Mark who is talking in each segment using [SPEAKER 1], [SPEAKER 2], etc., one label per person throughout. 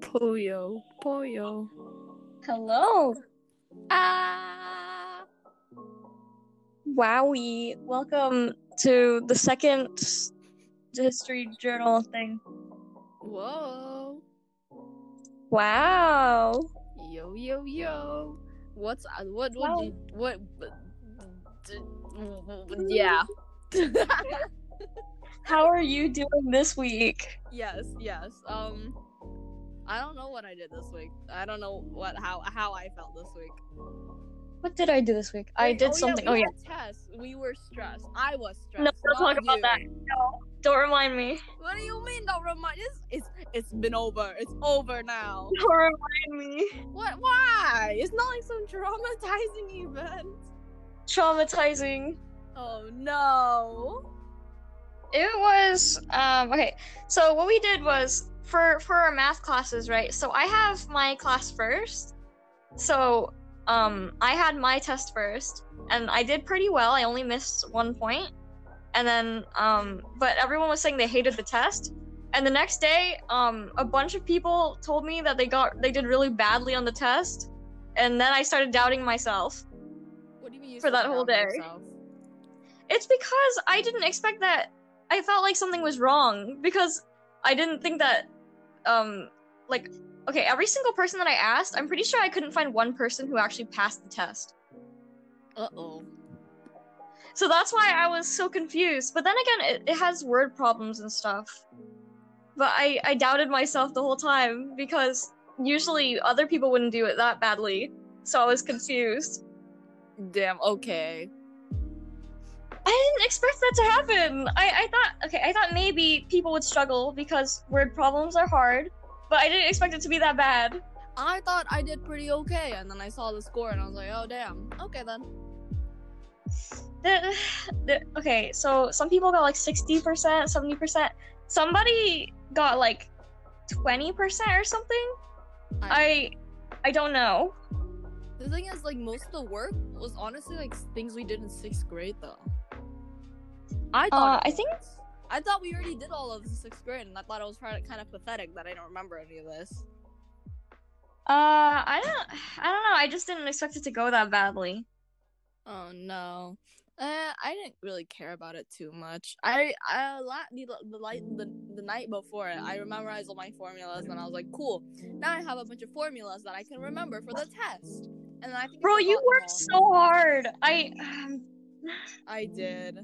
[SPEAKER 1] Pollo. Pollo.
[SPEAKER 2] Hello. Ah. Wowie. Welcome to the second history journal thing.
[SPEAKER 1] Whoa.
[SPEAKER 2] Wow.
[SPEAKER 1] Yo yo yo. What's uh, what would
[SPEAKER 2] Wow.
[SPEAKER 1] you what d- d- yeah.
[SPEAKER 2] How are you doing this week?
[SPEAKER 1] yes, yes. Um I don't know what I did this week. I don't know what how how I felt this week.
[SPEAKER 2] What did I do this week? I
[SPEAKER 1] Wait,
[SPEAKER 2] did
[SPEAKER 1] oh,
[SPEAKER 2] something.
[SPEAKER 1] Yeah,
[SPEAKER 2] oh
[SPEAKER 1] we
[SPEAKER 2] yeah.
[SPEAKER 1] had tests. We were stressed. I was stressed.
[SPEAKER 2] No, don't
[SPEAKER 1] not
[SPEAKER 2] talk about
[SPEAKER 1] you.
[SPEAKER 2] that. No, don't remind me.
[SPEAKER 1] What do you mean don't remind it's, it's it's been over. It's over now.
[SPEAKER 2] Don't remind me.
[SPEAKER 1] What why? It's not like some traumatizing event.
[SPEAKER 2] Traumatizing.
[SPEAKER 1] Oh no.
[SPEAKER 2] It was um okay. So what we did was for for our math classes, right? So I have my class first. So um I had my test first and I did pretty well. I only missed one point. And then um but everyone was saying they hated the test. And the next day, um a bunch of people told me that they got they did really badly on the test. And then I started doubting myself.
[SPEAKER 1] What do you mean you
[SPEAKER 2] For
[SPEAKER 1] said
[SPEAKER 2] that whole
[SPEAKER 1] drown
[SPEAKER 2] day.
[SPEAKER 1] yourself?
[SPEAKER 2] It's because I didn't expect that. I felt like something was wrong because I didn't think that, um, like, okay, every single person that I asked, I'm pretty sure I couldn't find one person who actually passed the test.
[SPEAKER 1] Uh oh.
[SPEAKER 2] So that's why I was so confused. But then again, it, it has word problems and stuff. But I, I doubted myself the whole time because usually other people wouldn't do it that badly. So I was confused.
[SPEAKER 1] Damn, okay.
[SPEAKER 2] I didn't expect that to happen. I, I thought okay, I thought maybe people would struggle because word problems are hard, but I didn't expect it to be that bad.
[SPEAKER 1] I thought I did pretty okay, and then I saw the score and I was like, oh damn. Okay then.
[SPEAKER 2] The, the, okay, so some people got like sixty percent, seventy percent. Somebody got like twenty percent or something. I I don't know.
[SPEAKER 1] The thing is, like, most of the work was honestly like things we did in sixth grade though. I thought.
[SPEAKER 2] Uh,
[SPEAKER 1] it
[SPEAKER 2] I think-
[SPEAKER 1] was. I thought we already did all of this in sixth grade, and I thought it was kind of pathetic that I don't remember any of this.
[SPEAKER 2] Uh, I don't I don't know. I just didn't expect it to go that badly.
[SPEAKER 1] Oh no. Uh, I didn't really care about it too much. I I la- the, the light the, the night before it, I memorized all my formulas and I was like, cool. Now I have a bunch of formulas that I can remember for the test. And I think I
[SPEAKER 2] Bro, you
[SPEAKER 1] forgot them
[SPEAKER 2] worked
[SPEAKER 1] all.
[SPEAKER 2] so hard. I um,
[SPEAKER 1] I did.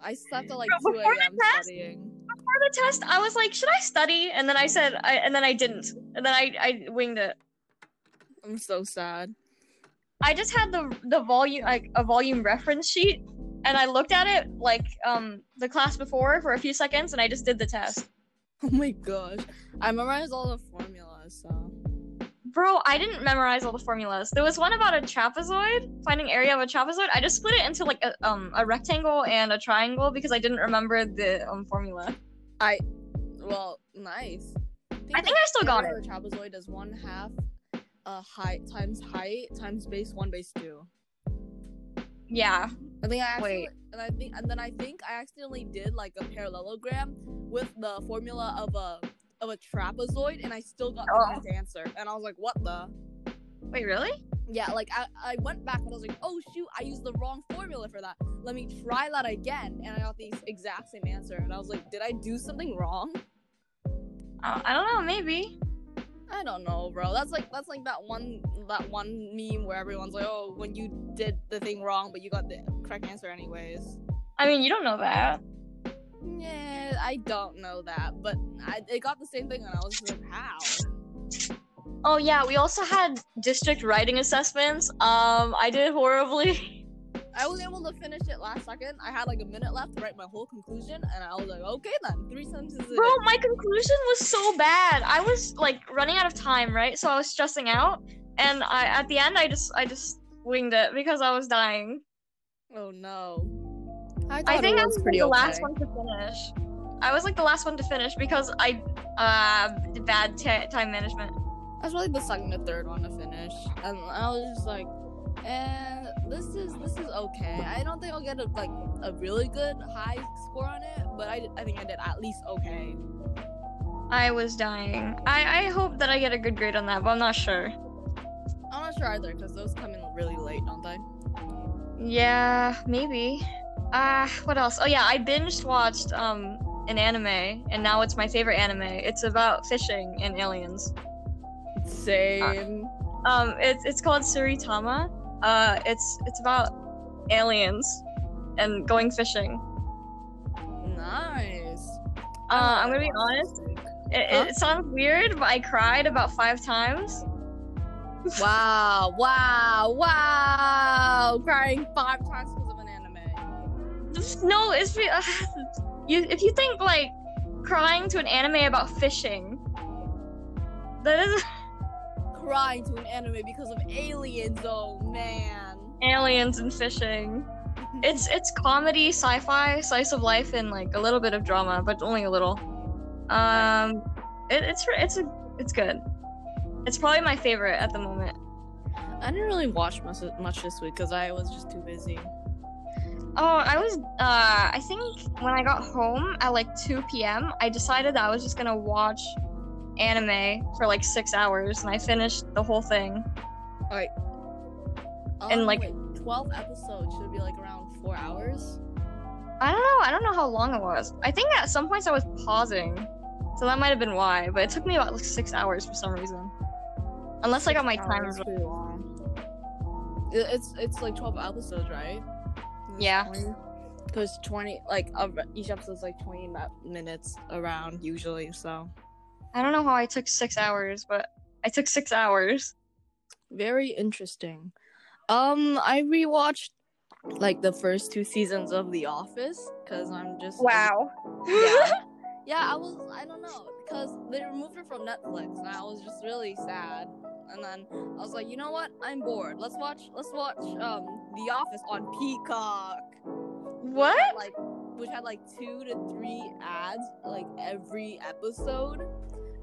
[SPEAKER 1] I slept at like
[SPEAKER 2] Bro,
[SPEAKER 1] two
[SPEAKER 2] before the
[SPEAKER 1] a.m.
[SPEAKER 2] test?
[SPEAKER 1] studying.
[SPEAKER 2] for the test, I was like, should I study? And then I said, I, and then I didn't. And then I, I winged it.
[SPEAKER 1] I'm so sad.
[SPEAKER 2] I just had the the volume like a volume reference sheet, and I looked at it like um the class before for a few seconds, and I just did the test.
[SPEAKER 1] Oh my gosh. I memorized all the formulas. So
[SPEAKER 2] Bro, I didn't memorize all the formulas. There was one about a trapezoid, finding area of a trapezoid. I just split it into like a um a rectangle and a triangle because I didn't remember the um formula.
[SPEAKER 1] well, nice.
[SPEAKER 2] I think I still got it.
[SPEAKER 1] Area of a trapezoid is one half uh height times height times base one base two.
[SPEAKER 2] Yeah.
[SPEAKER 1] I think I actually,
[SPEAKER 2] Wait.
[SPEAKER 1] and I think and then I think I accidentally did like a parallelogram with the formula of a of a trapezoid, and I still got the
[SPEAKER 2] Oh.
[SPEAKER 1] correct answer. And I was like, what the?
[SPEAKER 2] Wait, really?
[SPEAKER 1] Yeah, like I, I went back and I was like, oh shoot, I used the wrong formula for that. Let me try that again, and I got the exact same answer. And I was like, did I do something wrong?
[SPEAKER 2] Uh, I don't know. Maybe.
[SPEAKER 1] I don't know, bro. That's like that's like that one that one meme where everyone's like, oh, when you did the thing wrong, but you got the correct answer anyways.
[SPEAKER 2] I mean, you don't know that.
[SPEAKER 1] Yeah, I don't know that, but I it got the same thing, and I was just like, how?
[SPEAKER 2] Oh yeah, we also had district writing assessments. Um, I did horribly.
[SPEAKER 1] I was able to finish it last second. I had like a minute left to write my whole conclusion, and I was like, okay then, three sentences. in.
[SPEAKER 2] Bro, my conclusion was so bad. I was like running out of time, right? So I was stressing out, and I at the end I just I just winged it because I was dying.
[SPEAKER 1] Oh no. I,
[SPEAKER 2] I
[SPEAKER 1] thought
[SPEAKER 2] think
[SPEAKER 1] it
[SPEAKER 2] I
[SPEAKER 1] was
[SPEAKER 2] was like,
[SPEAKER 1] pretty
[SPEAKER 2] the
[SPEAKER 1] okay.
[SPEAKER 2] last one to finish. I was like the last one to finish because I uh did bad t- time management.
[SPEAKER 1] I was really the second or third one to finish, and I was just like, and this is this is okay. I don't think I'll get a like a really good high score on it, but I, I think I did at least okay.
[SPEAKER 2] I was dying. I, I hope that I get a good grade on that, but I'm not sure.
[SPEAKER 1] I'm not sure either because those come in really late, don't they?
[SPEAKER 2] Uh, Yeah, maybe. Uh, what else? Oh yeah, I binge watched um an anime, and now it's my favorite anime. It's about fishing and aliens.
[SPEAKER 1] Same.
[SPEAKER 2] Um, it's it's called Suritama. Uh, it's it's about aliens and going fishing.
[SPEAKER 1] nice.
[SPEAKER 2] Uh, I'm gonna be honest. It,
[SPEAKER 1] Huh?
[SPEAKER 2] it sounds weird, but I cried about five times.
[SPEAKER 1] Wow! Wow! Wow! Crying five times because of an anime.
[SPEAKER 2] No, it's be- uh, you. If you think like crying to an anime about fishing, that is
[SPEAKER 1] Crying to an anime because of aliens. Oh man.
[SPEAKER 2] aliens and fishing. It's it's comedy, sci-fi, slice of life, and like a little bit of drama, but only a little. Um, it, it's re- it's a, it's good. It's probably my favorite at the moment.
[SPEAKER 1] I didn't really watch much much this week because I was just too busy.
[SPEAKER 2] Oh, I was. Uh, I think when I got home at like 2 p.m., I decided that I was just gonna watch anime for like six hours, and I finished the whole thing. And,
[SPEAKER 1] Um,
[SPEAKER 2] like-
[SPEAKER 1] wait, twelve episodes should be like around four hours.
[SPEAKER 2] I don't know. I don't know how long it was. I think at some points I was pausing, so that might have been why. But it took me about like six hours for some reason. Unless I got my timer.
[SPEAKER 1] Hours is pretty long. It- It's it's like twelve episodes, right?
[SPEAKER 2] Yeah.
[SPEAKER 1] Because twenty, like of- each episode's like twenty ma- minutes around usually. So
[SPEAKER 2] I don't know how I took six hours, but I took six hours.
[SPEAKER 1] very interesting. Um, I rewatched like the first two seasons of The Office because I'm just yeah. yeah, I was I don't know because they removed it from Netflix and I was just really sad. And then I was like, you know what? I'm bored. Let's watch let's watch um The Office on Peacock. Which
[SPEAKER 2] what?
[SPEAKER 1] had, like which had like two to three ads like every episode.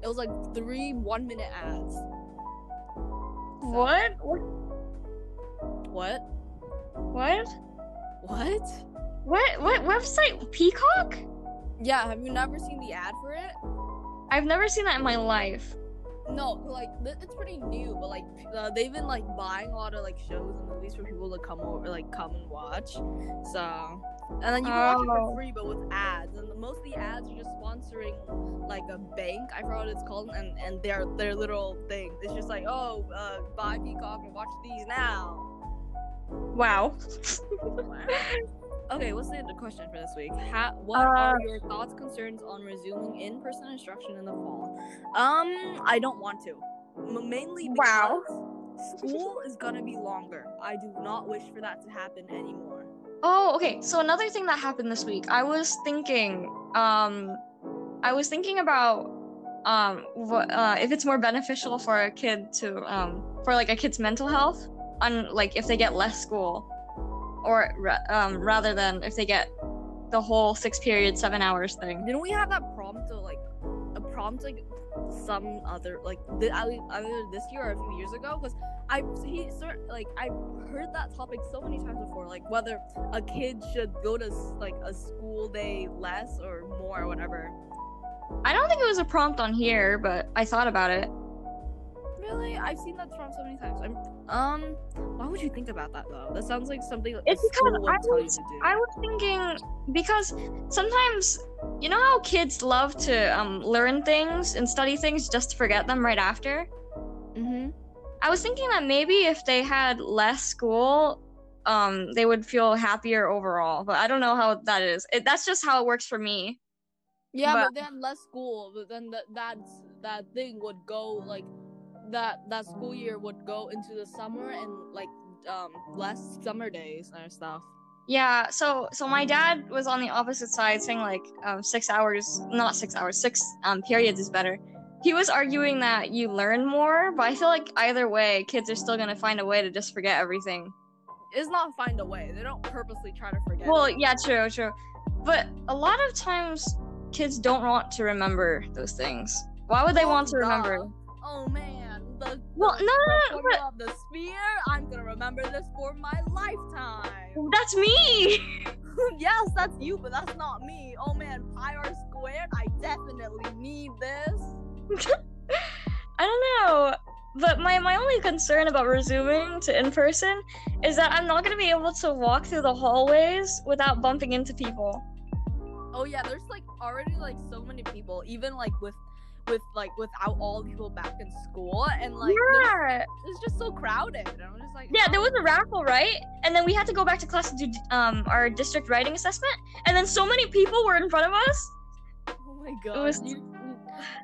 [SPEAKER 1] It was like three one minute ads. So-
[SPEAKER 2] What? What?
[SPEAKER 1] What?
[SPEAKER 2] What?
[SPEAKER 1] What?
[SPEAKER 2] What? What website? Peacock?
[SPEAKER 1] Yeah, have you never seen the ad for it?
[SPEAKER 2] I've never seen that in my life.
[SPEAKER 1] No, like th- it's pretty new, but like p- uh, they've been like buying a lot of like shows and movies for people to come over, like come and watch. So, and then you can watch it
[SPEAKER 2] Oh.
[SPEAKER 1] for free, but with ads, and most of the ads are just sponsoring like a bank. I forgot what it's called, and and their their little thing. It's just like, oh, uh, buy Peacock and watch these now.
[SPEAKER 2] Wow.
[SPEAKER 1] okay, what's the, the question for this week? Ha- what are your thoughts, concerns on resuming in-person instruction in the fall? Um, I don't want to. M- mainly because
[SPEAKER 2] Wow.
[SPEAKER 1] school is gonna be longer. I do not wish for that to happen anymore.
[SPEAKER 2] Oh, okay. So another thing that happened this week, I was thinking, um, I was thinking about, um, what, uh, if it's more beneficial for a kid to, um, for like a kid's mental health, on like if they get less school, or ra- um, rather than if they get the whole six period, seven hours thing.
[SPEAKER 1] Didn't we have that prompt to like a prompt like some other like th- at least either this year or a few years ago? Because I he cer- like I heard that topic so many times before, like whether a kid should go to s- like a school day less or more or whatever.
[SPEAKER 2] I don't think it was a prompt on here, but I thought about it.
[SPEAKER 1] Really, I've seen that prompt so many times. I'm um, why would you think about that though? That sounds like something a
[SPEAKER 2] It's because
[SPEAKER 1] school would
[SPEAKER 2] I
[SPEAKER 1] tell you
[SPEAKER 2] was-
[SPEAKER 1] to do.
[SPEAKER 2] I was thinking because sometimes you know how kids love to um, learn things and study things just to forget them right after.
[SPEAKER 1] mm-hmm.
[SPEAKER 2] I was thinking that maybe if they had less school, um, they would feel happier overall. But I don't know how that is. It, that's just how it works for me.
[SPEAKER 1] Yeah,
[SPEAKER 2] But-
[SPEAKER 1] but, then less school. But then that that's, that thing would go like that that school year would go into the summer and like um less summer days and stuff.
[SPEAKER 2] Yeah. So so my dad was on the opposite side, saying like um, six hours, not six hours, six um, periods is better. He was arguing that you learn more, but I feel like either way, kids are still gonna find a way to just forget everything.
[SPEAKER 1] It's not find a way. They don't purposely try to forget.
[SPEAKER 2] Well,
[SPEAKER 1] it.
[SPEAKER 2] yeah, true, true. But a lot of times, kids don't want to remember those things. Why would they want to
[SPEAKER 1] Oh,
[SPEAKER 2] remember?
[SPEAKER 1] duh. Oh man, the
[SPEAKER 2] Well, no,
[SPEAKER 1] the
[SPEAKER 2] no, no,
[SPEAKER 1] formula of the sphere. I'm gonna remember this for my lifetime.
[SPEAKER 2] but that's me.
[SPEAKER 1] yes, that's you, but that's not me. Oh man, pi r squared. I definitely need this.
[SPEAKER 2] I don't know. But my, my only concern about resuming to in person is that I'm not gonna be able to walk through the hallways without bumping into people.
[SPEAKER 1] Oh yeah, there's like already like so many people, even like with, with like without all the people back in school, and like there's-
[SPEAKER 2] yeah.
[SPEAKER 1] it's just so crowded. And I'm just like
[SPEAKER 2] Yeah, there
[SPEAKER 1] "Oh,
[SPEAKER 2] was a raffle, right? And then we had to go back to class to do um, our district writing assessment. And then so many people were in front of us.
[SPEAKER 1] Oh my god.
[SPEAKER 2] was-
[SPEAKER 1] You-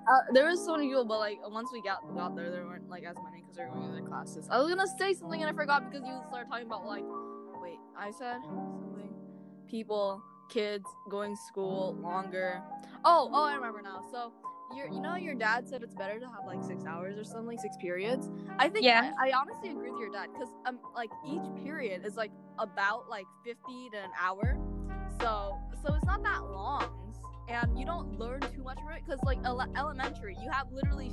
[SPEAKER 1] uh, there was so many people, but like once we got got there, there weren't like as many because we were going to their classes. I was gonna say something and I forgot because you started talking about like, wait, I said something. People, kids going to school longer. Oh, oh, I remember now. So. Your, you know, your dad said it's better to have like six hours or something, like six periods. I think
[SPEAKER 2] Yeah.
[SPEAKER 1] I, I honestly agree with your dad because um, like each period is like about like fifty to an hour, so so it's not that long, and you don't learn too much from it because like ele- elementary, you have literally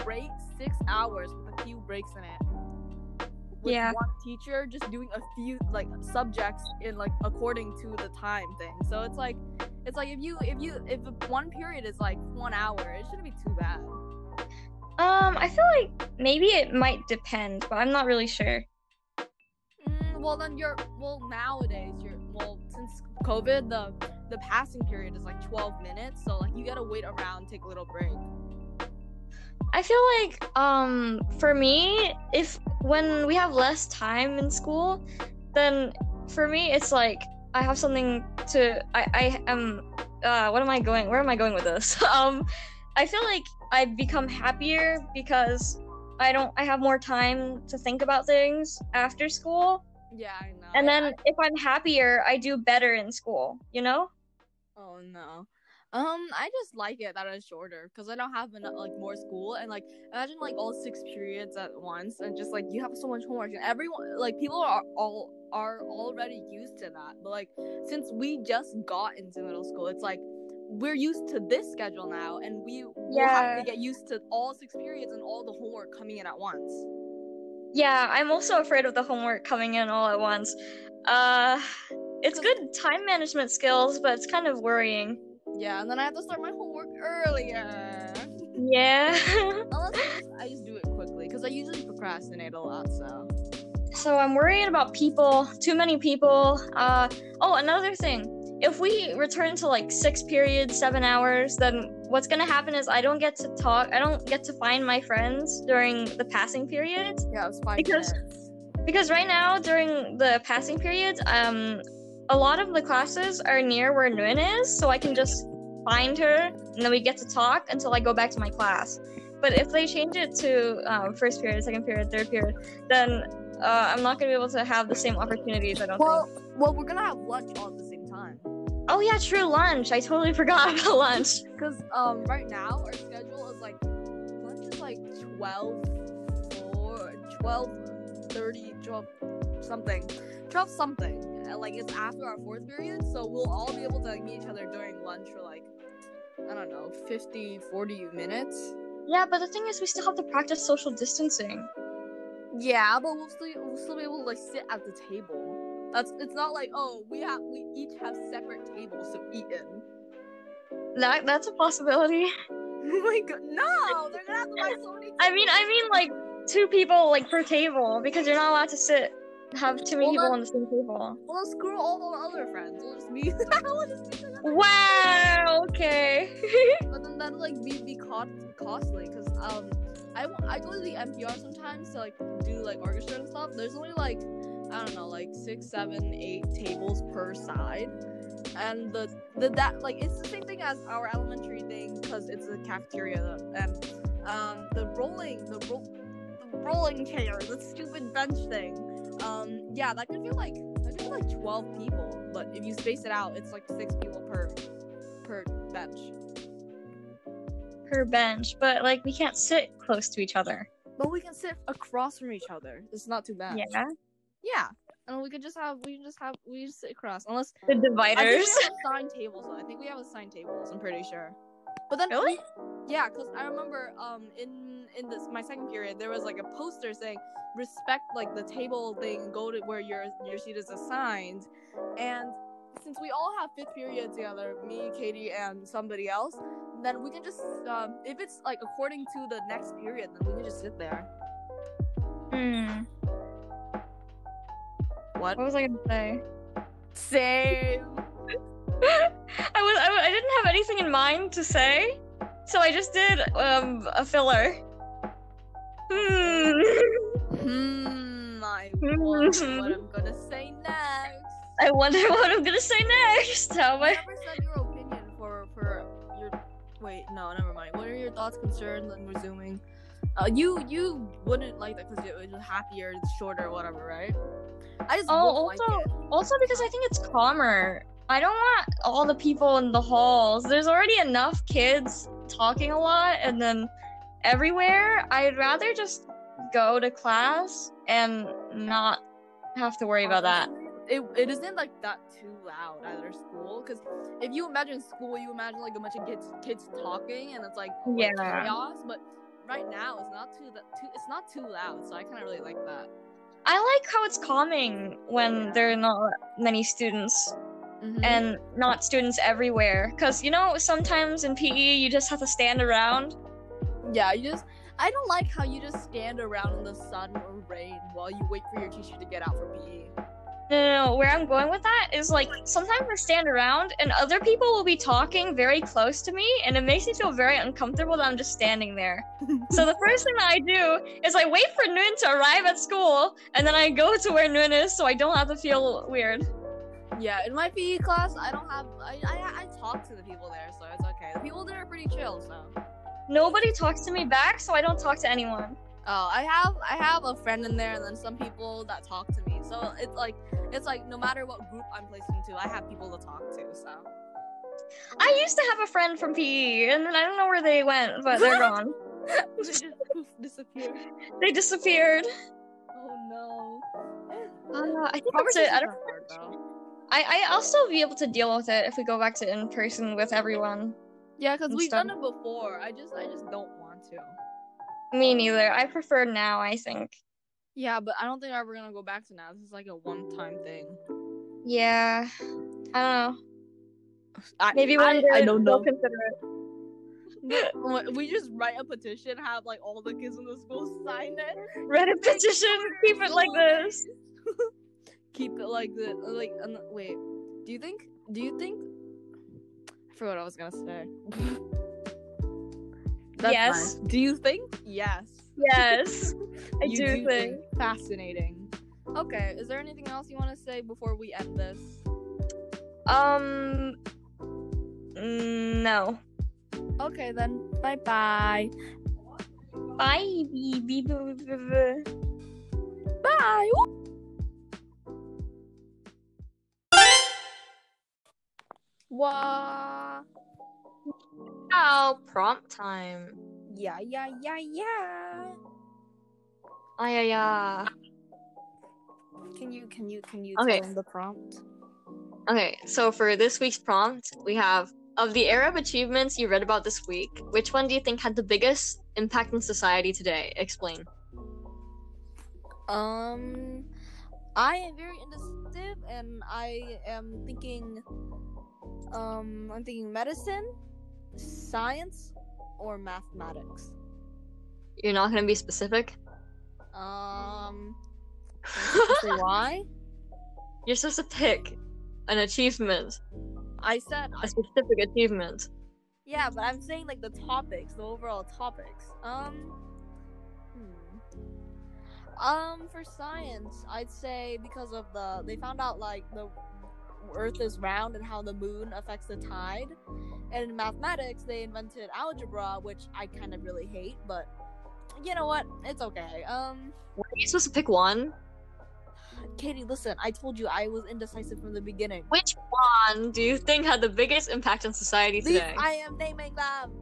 [SPEAKER 1] straight six hours with a few breaks in it. With
[SPEAKER 2] Yeah.
[SPEAKER 1] one teacher just doing a few like subjects in like according to the time thing. So it's like it's like if you if you if one period is like one hour, it shouldn't be too bad.
[SPEAKER 2] Um, I feel like maybe it might depend, but I'm not really sure.
[SPEAKER 1] Mm, well, then you're well nowadays. You're well since COVID, the the passing period is like 12 minutes, so like you gotta wait around, take a little break.
[SPEAKER 2] I feel like um for me, if when we have less time in school, then for me it's like I have something to I I am uh what am I going where am I going with this? um I feel like I become happier because I don't I have more time to think about things after school.
[SPEAKER 1] Yeah, I know.
[SPEAKER 2] And
[SPEAKER 1] I-
[SPEAKER 2] then if I'm happier, I do better in school, you know?
[SPEAKER 1] Oh no. Um, I just like it that it's shorter because I don't have enough, like more school and like imagine like all six periods at once and just like you have so much homework and everyone like people are all are already used to that. But like since we just got into middle school, it's like we're used to this schedule now and we will have to
[SPEAKER 2] Yeah.
[SPEAKER 1] get used to all six periods and all the homework coming in at once.
[SPEAKER 2] Yeah, I'm also afraid of the homework coming in all at once. Uh, it's good time management skills, but it's kind of worrying.
[SPEAKER 1] Yeah, and then I have to start my homework earlier.
[SPEAKER 2] Yeah.
[SPEAKER 1] Unless I just, I just do it quickly because I usually procrastinate a lot. So
[SPEAKER 2] so I'm worried about people, too many people. Uh, oh, another thing. If we return to like six periods, seven hours, then what's gonna happen is I don't get to talk, I don't get to find my friends during the passing periods.
[SPEAKER 1] yeah, it's five
[SPEAKER 2] Because-
[SPEAKER 1] minutes.
[SPEAKER 2] because right now during the passing periods um a lot of the classes are near where Nguyen is so i can just find her and then we get to talk until i go back to my class but if they change it to um, first period second period third period then uh, i'm not going to be able to have the same opportunities i don't
[SPEAKER 1] Well, well, we're gonna have lunch all at the same time.
[SPEAKER 2] think oh yeah true lunch i totally forgot about lunch
[SPEAKER 1] Cause um, right now our schedule is like lunch is like 12, 4, 12, 30, 12 something, twelve something. And, like it's after our fourth period, so we'll all be able to like, meet each other during lunch for like I don't know 50, 40 minutes.
[SPEAKER 2] yeah but the thing is we still have to practice social distancing
[SPEAKER 1] Yeah, but we'll still we'll still be able to like sit at the table. That's it's not like oh we have we each have separate tables to eat in.
[SPEAKER 2] that that's a possibility
[SPEAKER 1] Oh my god, no! They're gonna have to buy so many.
[SPEAKER 2] i mean i mean like two people like per table because you're not allowed to sit have too many
[SPEAKER 1] Well,
[SPEAKER 2] people
[SPEAKER 1] not-
[SPEAKER 2] on the same table.
[SPEAKER 1] Well, screw all the other friends. We'll just be. we'll just be
[SPEAKER 2] Wow. Okay.
[SPEAKER 1] but then that'll like be be cost- costly because um I, w- I go to the NPR sometimes to like do like orchestra and stuff. There's only like I don't know like six, seven, eight tables per side, and the the that like it's the same thing as our elementary thing because it's a cafeteria and um the rolling the roll the rolling chair the stupid bench thing um yeah that could be like that could be like 12 people but if you space it out it's like six people per per bench
[SPEAKER 2] per bench, but like we can't sit close to each other.
[SPEAKER 1] But we can sit across from each other. It's not too bad.
[SPEAKER 2] Yeah.
[SPEAKER 1] Yeah. And we could just have we can just have we just sit across. Unless
[SPEAKER 2] The
[SPEAKER 1] I think
[SPEAKER 2] dividers.
[SPEAKER 1] we have assigned tables though. I think we have assigned tables, I'm pretty sure. But then
[SPEAKER 2] Really?
[SPEAKER 1] Yeah, because I remember um in in this my second period there was like a poster saying respect like the table thing, go to where your your seat is assigned, and since we all have fifth period together, me, Katie, and somebody else, then we can just um if it's like according to the next period, then we can just sit there.
[SPEAKER 2] Hmm.
[SPEAKER 1] What?
[SPEAKER 2] What was I gonna say?
[SPEAKER 1] Same.
[SPEAKER 2] I was I, wa- I didn't have anything in mind to say, so I just did um a filler. Hmm.
[SPEAKER 1] Hmm. I wonder what I'm gonna say next.
[SPEAKER 2] I wonder what I'm gonna say next. How am
[SPEAKER 1] You
[SPEAKER 2] I?
[SPEAKER 1] never said your opinion for for your. Wait, no, never mind. What are your thoughts, concerns? I'm resuming. Uh, you you wouldn't like that because it was happier, it's shorter, whatever, right? I just
[SPEAKER 2] Oh,
[SPEAKER 1] wouldn't
[SPEAKER 2] also-
[SPEAKER 1] like it.
[SPEAKER 2] Also because I think it's calmer. I don't want all the people in the halls. There's already enough kids talking a lot and then everywhere. I'd rather just go to class and not have to worry about that.
[SPEAKER 1] It, it isn't like that too loud at our school because if you imagine school, you imagine like a bunch of kids kids talking and it's like like,
[SPEAKER 2] Yeah.
[SPEAKER 1] chaos. But right now, it's not too that too it's not too loud, so I kind of really like that.
[SPEAKER 2] I like how it's calming when
[SPEAKER 1] Yeah.
[SPEAKER 2] there are not many students
[SPEAKER 1] Mhm.
[SPEAKER 2] and not students everywhere. Because, you know, sometimes in PE you just have to stand around.
[SPEAKER 1] Yeah, you just. I don't like how you just stand around in the sun or rain while you wait for your teacher to get out for E. PE.
[SPEAKER 2] No, no, no, where I'm going with that is like sometimes I stand around and other people will be talking very close to me and it makes me feel very uncomfortable that I'm just standing there. so the first thing I do is I wait for Noon to arrive at school and then I go to where Noon is so I don't have to feel weird.
[SPEAKER 1] Yeah, in my PE class, I don't have. I, I, I talk to the people there, so it's okay. The people there are pretty chill, so.
[SPEAKER 2] Nobody talks to me back so I don't talk to anyone.
[SPEAKER 1] Oh, I have I have a friend in there, and then some people that talk to me. So it's like it's like no matter what group I'm placed into, I have people to talk to. So
[SPEAKER 2] I used to have a friend from PE and then I don't know where they went but they're gone.
[SPEAKER 1] they just poof, disappear.
[SPEAKER 2] They disappeared.
[SPEAKER 1] Oh
[SPEAKER 2] Uh,
[SPEAKER 1] no.
[SPEAKER 2] I think that's it. I don't
[SPEAKER 1] hard, though.
[SPEAKER 2] I, I, I'll still be able to deal with it if we go back to in person with everyone.
[SPEAKER 1] Yeah, because
[SPEAKER 2] I'm
[SPEAKER 1] we've done
[SPEAKER 2] stunned.
[SPEAKER 1] it before. I just I just don't want to.
[SPEAKER 2] Me neither. I prefer now, I think.
[SPEAKER 1] Yeah, but I don't think we're ever gonna go back to now. This is like a one time thing.
[SPEAKER 2] Yeah. I don't know.
[SPEAKER 1] I,
[SPEAKER 2] Maybe one
[SPEAKER 1] I,
[SPEAKER 2] day
[SPEAKER 1] I don't
[SPEAKER 2] we'll
[SPEAKER 1] know.
[SPEAKER 2] consider it.
[SPEAKER 1] What- we just write a petition, have like all the kids in the school sign it.
[SPEAKER 2] Read a petition, keep it like this.
[SPEAKER 1] Keep it like this. Like and, wait, do you think? Do you think? I forgot what I was gonna say. That's
[SPEAKER 2] Yes.
[SPEAKER 1] fine. Do you think? Yes.
[SPEAKER 2] Yes. I
[SPEAKER 1] You
[SPEAKER 2] do, think.
[SPEAKER 1] Fascinating. Okay. Is there anything else you want to say before we end this?
[SPEAKER 2] Um mm, no.
[SPEAKER 1] Okay then. Bye bye.
[SPEAKER 2] Bye. bee- bee- bee- bee- bee- bee.
[SPEAKER 1] Bye. Wah.
[SPEAKER 2] Wow, prompt time.
[SPEAKER 1] Yeah, yeah, yeah, yeah.
[SPEAKER 2] Ah yeah yeah.
[SPEAKER 1] Can you, can you, can you
[SPEAKER 2] Okay.
[SPEAKER 1] tell him the prompt?
[SPEAKER 2] Okay, so for this week's prompt, we have of the Arab achievements you read about this week, which one do you think had the biggest impact in society today? Explain.
[SPEAKER 1] Um, I am very indecisive, and I am thinking, um, I'm thinking medicine, science, or mathematics.
[SPEAKER 2] You're not gonna be specific.
[SPEAKER 1] Um, I'm supposed to say why?
[SPEAKER 2] You're supposed to pick an achievement,
[SPEAKER 1] I said
[SPEAKER 2] a specific achievement.
[SPEAKER 1] Yeah, but I'm saying like the topics, the overall topics. Um, hmm. um, for science, I'd say because of the they found out like the Earth is round and how the moon affects the tide. And in mathematics, they invented algebra, which I kind of really hate, but you know what? It's okay. Um,
[SPEAKER 2] Were you supposed to pick one?
[SPEAKER 1] Katie, listen, I told you I was indecisive from the beginning.
[SPEAKER 2] Which one do you think had the biggest impact on society
[SPEAKER 1] These
[SPEAKER 2] today?
[SPEAKER 1] I am naming them.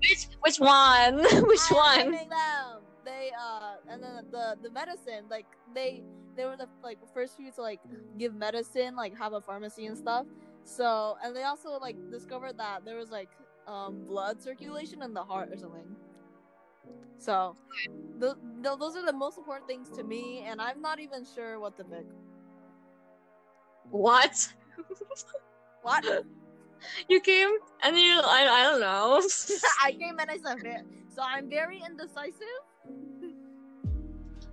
[SPEAKER 2] Which which one? which
[SPEAKER 1] I am
[SPEAKER 2] one?
[SPEAKER 1] naming them. They uh, and then the the medicine, like they they were the like first few to like give medicine, like have a pharmacy and stuff. So and they also like discovered that there was like um blood circulation in the heart or something. So, th- th- those are the most important things to me, and I'm not even sure what to pick.
[SPEAKER 2] What?
[SPEAKER 1] What?
[SPEAKER 2] You came and you I, I don't know.
[SPEAKER 1] I came and I said, "Ve- so I'm very indecisive.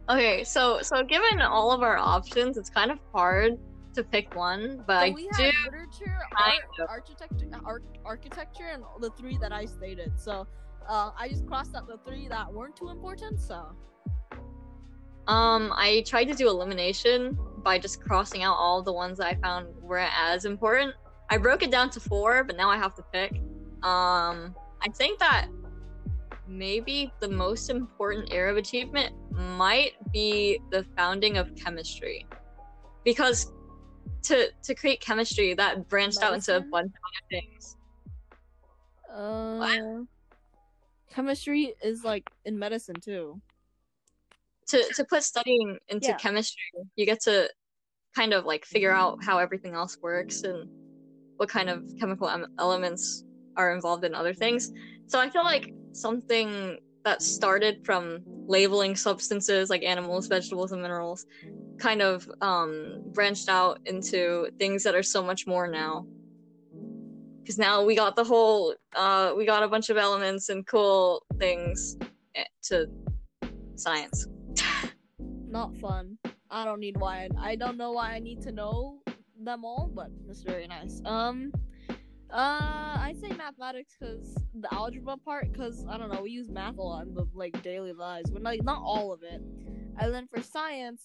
[SPEAKER 2] okay, so so given all of our options, it's kind of hard to pick one, but
[SPEAKER 1] So
[SPEAKER 2] I
[SPEAKER 1] we
[SPEAKER 2] do
[SPEAKER 1] had literature,
[SPEAKER 2] kind
[SPEAKER 1] art, architecture, arch architecture, and the three that I stated. So, uh, I just crossed out the three that weren't too important. So,
[SPEAKER 2] Um, I tried to do elimination by just crossing out all the ones that I found weren't as important. I broke it down to four, but now I have to pick. Um, I think that maybe the most important era of achievement might be the founding of chemistry, because to to create chemistry that branched out into a
[SPEAKER 1] Medicine?
[SPEAKER 2] bunch of other things.
[SPEAKER 1] uh, chemistry is like in medicine too.
[SPEAKER 2] To to put studying into
[SPEAKER 1] Yeah.
[SPEAKER 2] chemistry, you get to kind of like figure out how everything else works and what kind of chemical em- elements are involved in other things. So I feel like something that started from labeling substances like animals, vegetables, and minerals kind of um, branched out into things that are so much more now. Because now we got the whole, uh, we got a bunch of elements and cool things eh, to science.
[SPEAKER 1] Not fun. I don't need why. I don't know why I need to know them all, but it's very nice. Um, uh, I say mathematics because the algebra part, because I don't know, we use math a lot in the like daily lives, but like not all of it. And then for science,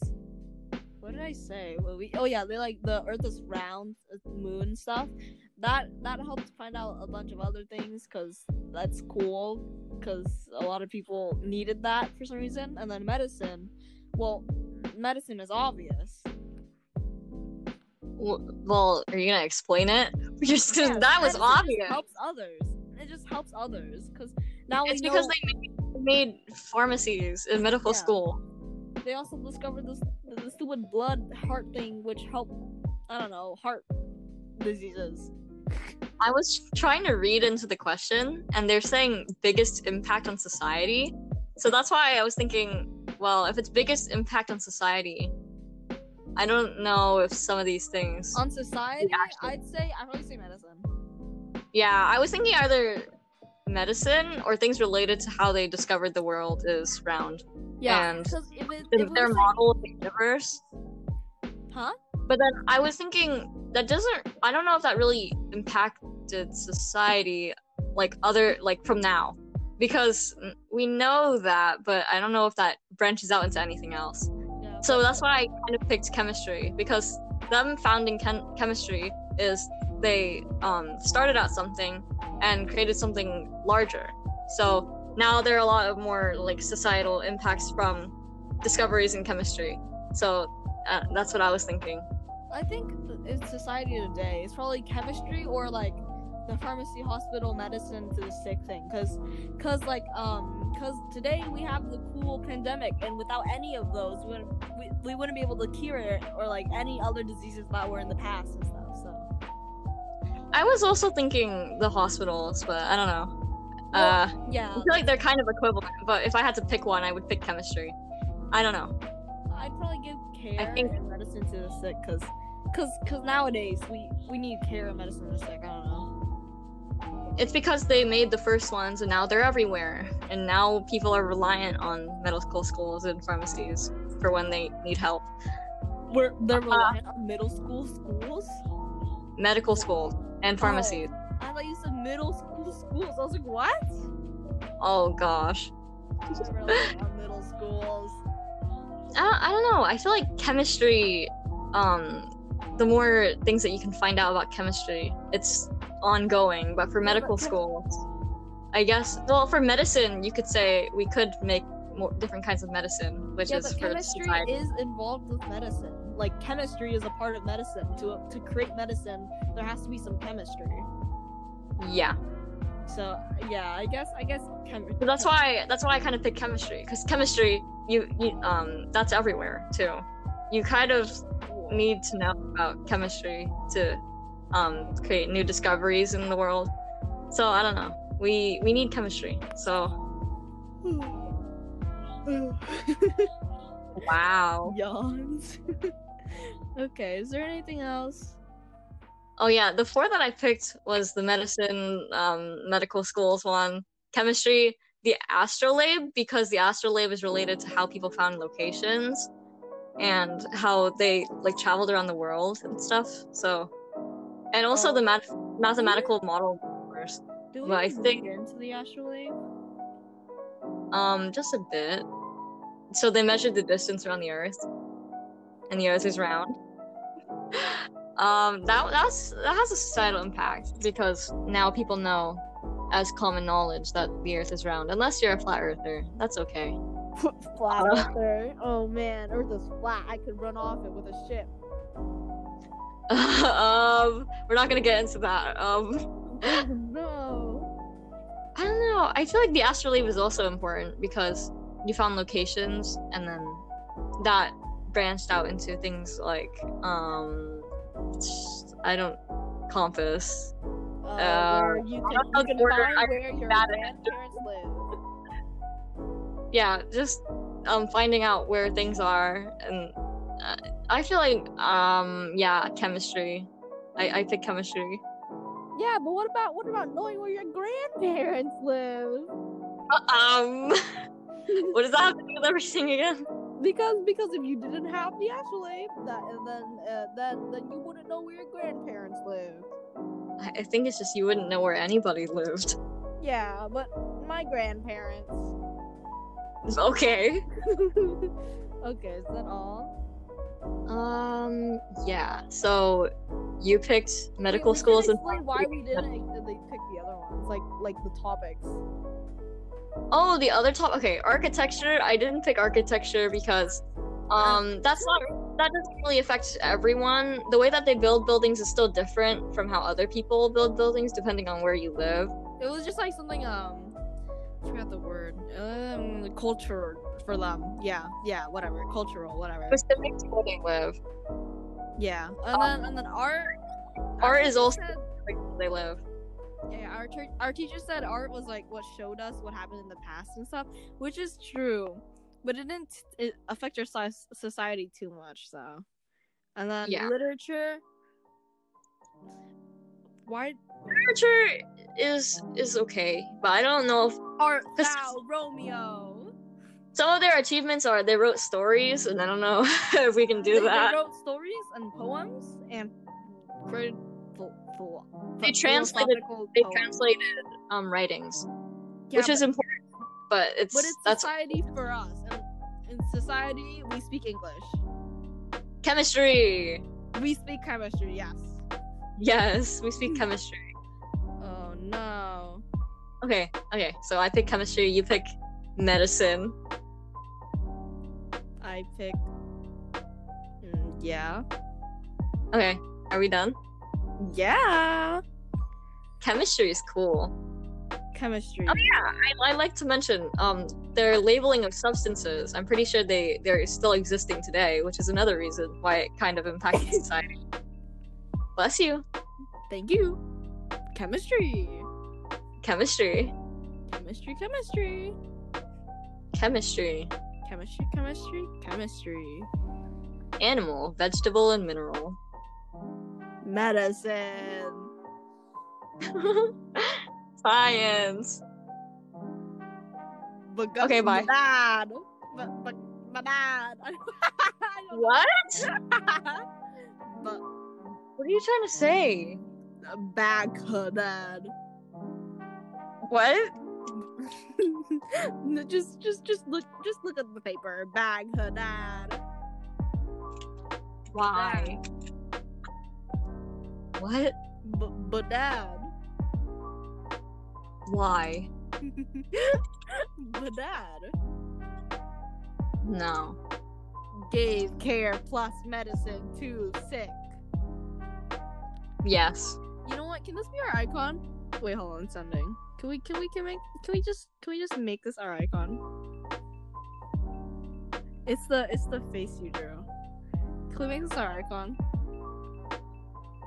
[SPEAKER 1] what did I say? Well, we oh yeah, they like the Earth is round, uh, moon stuff. That that helps find out a bunch of other things because that's cool. Because a lot of people needed that for some reason. And then medicine, well, medicine is obvious.
[SPEAKER 2] W- Well, are you gonna explain it? You're just gonna-
[SPEAKER 1] Yeah,
[SPEAKER 2] that was
[SPEAKER 1] medicine just
[SPEAKER 2] obvious.
[SPEAKER 1] helps others. It just helps others because now
[SPEAKER 2] It's
[SPEAKER 1] we
[SPEAKER 2] because
[SPEAKER 1] know
[SPEAKER 2] they made, made pharmacies in medical
[SPEAKER 1] Yeah.
[SPEAKER 2] school.
[SPEAKER 1] they-, also discovered this the, the stupid blood heart thing, which helped I don't know heart diseases.
[SPEAKER 2] I was trying to read into the question, and they're saying biggest impact on society. So that's why I was thinking, well, if it's biggest impact on society, I don't know if some of these things.
[SPEAKER 1] On society,
[SPEAKER 2] Yeah, actually.
[SPEAKER 1] I'd say I'd probably say medicine.
[SPEAKER 2] yeah, I was thinking either medicine or things related to how they discovered the world is round.
[SPEAKER 1] Yeah,
[SPEAKER 2] And
[SPEAKER 1] because if it, if
[SPEAKER 2] Is
[SPEAKER 1] it
[SPEAKER 2] their
[SPEAKER 1] was like-
[SPEAKER 2] model of the universe?
[SPEAKER 1] huh?
[SPEAKER 2] But then I was thinking that doesn't. I don't know if that really impacted society, like other like from now, because we know that, but I don't know if that branches out into anything else.
[SPEAKER 1] Yeah.
[SPEAKER 2] So that's why I kind of picked chemistry because them founding chem- chemistry is they um, started out something and created something larger. So now there are a lot of more like societal impacts from discoveries in chemistry. So uh, that's what I was thinking.
[SPEAKER 1] I think in society today, it's probably chemistry or like the pharmacy, hospital, medicine to the sick thing. Cause, cause like um, cause today we have the cool pandemic, and without any of those, we wouldn't, we, we wouldn't be able to cure it or like any other diseases that were in the past and stuff. So
[SPEAKER 2] I was also thinking the hospitals, but I don't know. Uh, I
[SPEAKER 1] yeah,
[SPEAKER 2] feel like they're kind of equivalent, but if I had to pick one, I would pick chemistry. I don't know.
[SPEAKER 1] I'd probably give care
[SPEAKER 2] think-
[SPEAKER 1] and medicine to the sick, cause, cause, cause nowadays we we need care and medicine to the sick. I don't know.
[SPEAKER 2] It's because they made the first ones and now they're everywhere. And now people are reliant on medical schools and pharmacies for when they need help.
[SPEAKER 1] We're they're reliant on middle school schools.
[SPEAKER 2] Medical schools and pharmacies.
[SPEAKER 1] I thought you said middle school schools. I was like, what?
[SPEAKER 2] Oh, gosh.
[SPEAKER 1] They're reliant on middle schools.
[SPEAKER 2] I don't, I don't know. I feel like chemistry, um, the more things that you can find out about chemistry, it's ongoing. But for
[SPEAKER 1] Yeah, but
[SPEAKER 2] medical
[SPEAKER 1] chem-
[SPEAKER 2] schools, I guess, well, for medicine, you could say we could make more different kinds of medicine, which
[SPEAKER 1] yeah,
[SPEAKER 2] is
[SPEAKER 1] but
[SPEAKER 2] for
[SPEAKER 1] chemistry
[SPEAKER 2] society.
[SPEAKER 1] is involved with medicine. Like chemistry is a part of medicine. To to create medicine, there has to be some chemistry.
[SPEAKER 2] yeah.
[SPEAKER 1] So yeah, I guess I guess chemistry.
[SPEAKER 2] But that's why that's why I kind of picked chemistry because chemistry, you, you um, that's everywhere too. You kind of need to know about chemistry to um, create new discoveries in the world. So I don't know. We we need chemistry. So wow.
[SPEAKER 1] Yawns. okay, is there anything else?
[SPEAKER 2] Oh yeah, the four that I picked was the medicine, um, medical schools one, chemistry, the astrolabe because the astrolabe is related to how people found locations and how they like traveled around the world and stuff. So, and also
[SPEAKER 1] Oh.
[SPEAKER 2] the math- mathematical model course,
[SPEAKER 1] Do we
[SPEAKER 2] Well, I
[SPEAKER 1] even
[SPEAKER 2] think-
[SPEAKER 1] get into the astrolabe?
[SPEAKER 2] um, just a bit. So they measured the distance around the Earth, and the Earth is round. Um, that that's that has a societal impact because now people know, as common knowledge, that the Earth is round. Unless you're a flat earther, that's okay.
[SPEAKER 1] flat
[SPEAKER 2] Uh.
[SPEAKER 1] Earther. Oh man, Earth is flat. I could run off it with a ship.
[SPEAKER 2] um, we're not gonna get into that. Um,
[SPEAKER 1] Oh, no.
[SPEAKER 2] I don't know. I feel like the astrolabe is also important because you found locations, and then that branched out into things like um, I don't compass.
[SPEAKER 1] Uh,
[SPEAKER 2] Uh,
[SPEAKER 1] where you can,
[SPEAKER 2] don't know
[SPEAKER 1] you
[SPEAKER 2] the
[SPEAKER 1] can
[SPEAKER 2] order.
[SPEAKER 1] find
[SPEAKER 2] I'm
[SPEAKER 1] where your
[SPEAKER 2] bad at
[SPEAKER 1] grandparents live.
[SPEAKER 2] Yeah, just um, finding out where things are, and uh, I feel like um, yeah, chemistry. I I pick chemistry.
[SPEAKER 1] Yeah, but what about what about knowing where your grandparents live?
[SPEAKER 2] Um, what does that have to do with everything again?
[SPEAKER 1] Because because if you didn't have the astrolabe, that and then uh, then then you wouldn't know where your grandparents live.
[SPEAKER 2] I I think it's just you wouldn't know where anybody lived.
[SPEAKER 1] Yeah, but my grandparents.
[SPEAKER 2] Okay.
[SPEAKER 1] okay, is that all?
[SPEAKER 2] Um. Yeah. So, you picked
[SPEAKER 1] We-
[SPEAKER 2] medical
[SPEAKER 1] we should
[SPEAKER 2] schools and
[SPEAKER 1] explain why we didn't uh, they pick the other ones, like like the topics.
[SPEAKER 2] oh, the other top. Okay, architecture. I didn't pick architecture because, um, that's not that doesn't really affect everyone. The way that they build buildings is still different from how other people build buildings, depending on where you live.
[SPEAKER 1] It was just like something um I forgot the word. Um culture for them. Yeah, yeah, whatever. Cultural, whatever.
[SPEAKER 2] Specific to where they live.
[SPEAKER 1] Yeah. And then and then art
[SPEAKER 2] um, Art is also
[SPEAKER 1] said-
[SPEAKER 2] like, where they live.
[SPEAKER 1] yeah, our church, our teacher said art was like what showed us what happened in the past and stuff, which is true. But it didn't it affect your soc- society too much, so. And then
[SPEAKER 2] Yeah.
[SPEAKER 1] literature why
[SPEAKER 2] Literature is is okay, but I don't know if
[SPEAKER 1] art
[SPEAKER 2] This-
[SPEAKER 1] thou Romeo?
[SPEAKER 2] some of their achievements are they wrote stories, and I don't know if we can
[SPEAKER 1] They-
[SPEAKER 2] do
[SPEAKER 1] they,
[SPEAKER 2] that.
[SPEAKER 1] wrote stories and poems and created ph- ph-
[SPEAKER 2] They
[SPEAKER 1] ph-
[SPEAKER 2] translated-
[SPEAKER 1] philosophical
[SPEAKER 2] They
[SPEAKER 1] poems.
[SPEAKER 2] translated um writings,
[SPEAKER 1] Yeah,
[SPEAKER 2] which
[SPEAKER 1] but,
[SPEAKER 2] is important, but it's,
[SPEAKER 1] but it's
[SPEAKER 2] that's
[SPEAKER 1] society for us. And in society, we speak English.
[SPEAKER 2] chemistry.
[SPEAKER 1] We speak chemistry. Yes.
[SPEAKER 2] Yes, we speak chemistry.
[SPEAKER 1] Oh no.
[SPEAKER 2] Okay, okay. So I pick chemistry. You pick medicine.
[SPEAKER 1] I pick. Mm, yeah.
[SPEAKER 2] Okay, are we done?
[SPEAKER 1] Yeah.
[SPEAKER 2] Chemistry is cool.
[SPEAKER 1] Chemistry.
[SPEAKER 2] Oh yeah, I, I like to mention um their labeling of substances. I'm pretty sure they they're still existing today, which is another reason why it kind of impacted society. Bless you,
[SPEAKER 1] Thank you. Chemistry.
[SPEAKER 2] chemistry,
[SPEAKER 1] Chemistry. Chemistry.
[SPEAKER 2] chemistry,
[SPEAKER 1] Chemistry. Chemistry. Chemistry.
[SPEAKER 2] animal, vegetable, and mineral.
[SPEAKER 1] Medicine.
[SPEAKER 2] Science.
[SPEAKER 1] But
[SPEAKER 2] Okay, bye.
[SPEAKER 1] Bad. But but but bad. I don't
[SPEAKER 2] What?
[SPEAKER 1] but
[SPEAKER 2] What are you trying to say?
[SPEAKER 1] bad bad.
[SPEAKER 2] What?
[SPEAKER 1] No, just just just look just look at the paper. Bag dad.
[SPEAKER 2] Why? What?
[SPEAKER 1] But but dad.
[SPEAKER 2] Why?
[SPEAKER 1] But dad.
[SPEAKER 2] No.
[SPEAKER 1] Gave care plus medicine to sick.
[SPEAKER 2] Yes.
[SPEAKER 1] You know what? Can this be our icon? Wait, hold on, sending. Can we can we can make can we just can we just make this our icon? It's the it's the face you drew. Can we make this our icon?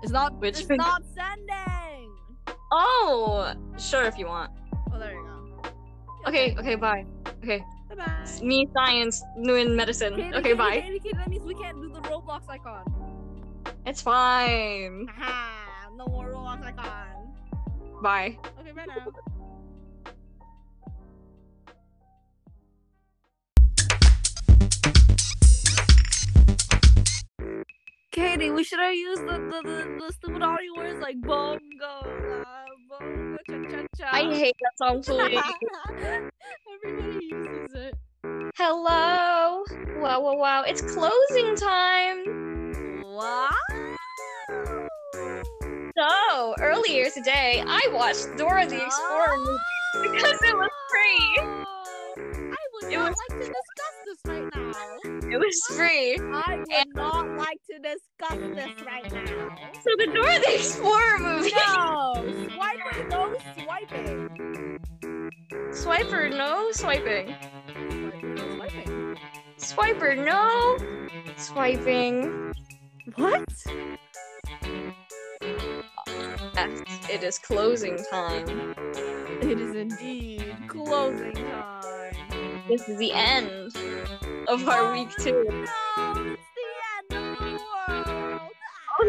[SPEAKER 1] It's not
[SPEAKER 2] Which
[SPEAKER 1] it's
[SPEAKER 2] face?
[SPEAKER 1] not sending.
[SPEAKER 2] Oh, sure if you want.
[SPEAKER 1] Oh, there you go.
[SPEAKER 2] Okay, okay, bye. Okay,
[SPEAKER 1] Bye bye.
[SPEAKER 2] it's me science, doing medicine. Okay, bye.
[SPEAKER 1] that means we can't do the Roblox icon.
[SPEAKER 2] It's fine.
[SPEAKER 1] Haha, no more Roblox icon.
[SPEAKER 2] Bye.
[SPEAKER 1] Okay, bye now. Katie, we should have used the, the, the, the stupid audio words like bongo, uh, bongo, cha cha cha.
[SPEAKER 2] I hate that song so much.
[SPEAKER 1] Everybody uses it.
[SPEAKER 2] Hello. Wow, wow, wow. It's closing time.
[SPEAKER 1] Wow.
[SPEAKER 2] So, earlier today, I watched Dora the Explorer movie because it was free.
[SPEAKER 1] I would
[SPEAKER 2] It
[SPEAKER 1] not
[SPEAKER 2] was-
[SPEAKER 1] like to discuss this right now.
[SPEAKER 2] It was free.
[SPEAKER 1] I would
[SPEAKER 2] And-
[SPEAKER 1] not like to discuss this right now.
[SPEAKER 2] So, the Dora the Explorer movie.
[SPEAKER 1] No, swiping, no swiping.
[SPEAKER 2] Swiper, no swiping.
[SPEAKER 1] Swiping, no swiping.
[SPEAKER 2] Swiper, no swiping.
[SPEAKER 1] What?
[SPEAKER 2] Yes, it is closing time.
[SPEAKER 1] It is indeed closing time. Oh,
[SPEAKER 2] This is the end of our week two.
[SPEAKER 1] No, it's the end of the world.
[SPEAKER 2] Oh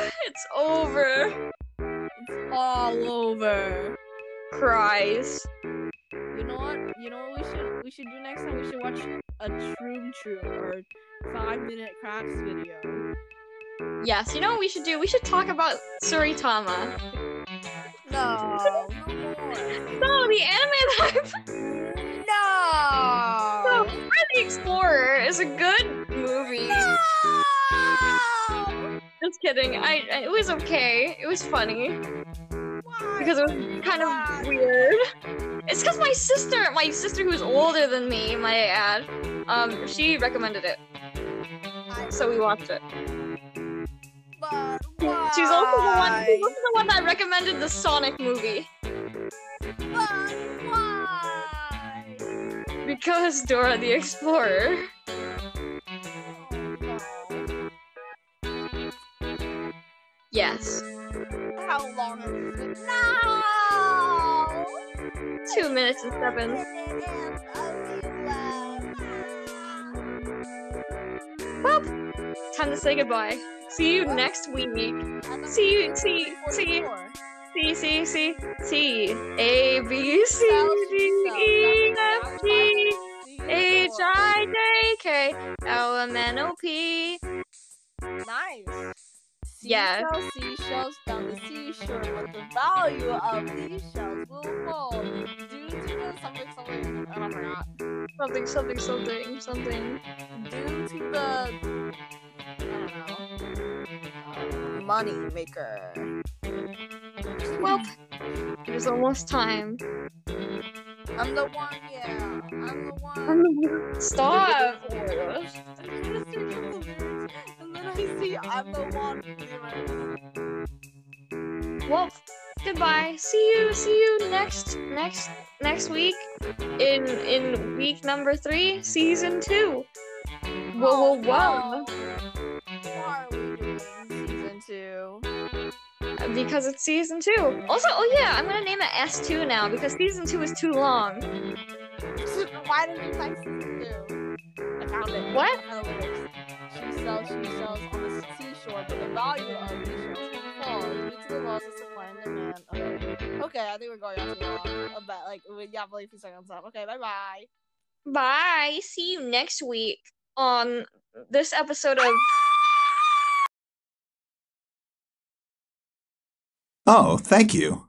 [SPEAKER 2] no! It's over.
[SPEAKER 1] All over.
[SPEAKER 2] Cries.
[SPEAKER 1] You know what? You know what we should we should do next time? We should watch a Troom Troom or five minute crafts video.
[SPEAKER 2] Yes, you know what we should do? We should talk about Suritama.
[SPEAKER 1] No, no more.
[SPEAKER 2] No, the anime that I
[SPEAKER 1] No.
[SPEAKER 2] found, Dora the Explorer, is a good movie. Just kidding. I, I it was okay. It was funny because it was kind of weird. It's because my sister, my sister who's older than me, might I add, um, she recommended it, so we watched it.
[SPEAKER 1] But
[SPEAKER 2] She's also the one, she's also the one that recommended the Sonic movie
[SPEAKER 1] But why?
[SPEAKER 2] because Dora the Explorer. Yes,
[SPEAKER 1] How long is it? No.
[SPEAKER 2] two minutes and seven. Well, time to say goodbye. See you next week. See you, see, see, see, see, see, see. A B C D E F G H I J K L M N O P.
[SPEAKER 1] Nice.
[SPEAKER 2] Yeah.
[SPEAKER 1] Seashell, seashells down the seashore, but the value of these shells will fall due to the something, something, and I forgot.
[SPEAKER 2] Something, something, something, something.
[SPEAKER 1] Due to the, I don't know, uh, money maker.
[SPEAKER 2] Well, it is almost time.
[SPEAKER 1] I'm the one, yeah. I'm the one.
[SPEAKER 2] Stop.
[SPEAKER 1] I'm gonna search up the lyrics, and then I see I'm the one lyrics.
[SPEAKER 2] Well, goodbye. See you. See you next next next week in in week number three, season two. Whoa, whoa, whoa!
[SPEAKER 1] Oh, no. Why are we doing season two?
[SPEAKER 2] Because it's season two. Also, oh yeah, I'm gonna name it S two now because season two is too long.
[SPEAKER 1] Why did you type season two? I found it.
[SPEAKER 2] What?
[SPEAKER 1] I found it. She sells, she sells on the seashore, but the value of these shells will fall due to the laws of supply and demand. Okay, okay I think we're going on too long. I bet, like, we got like a few seconds left. Okay, bye bye.
[SPEAKER 2] Bye. See you next week on this episode of.
[SPEAKER 3] Oh, thank you.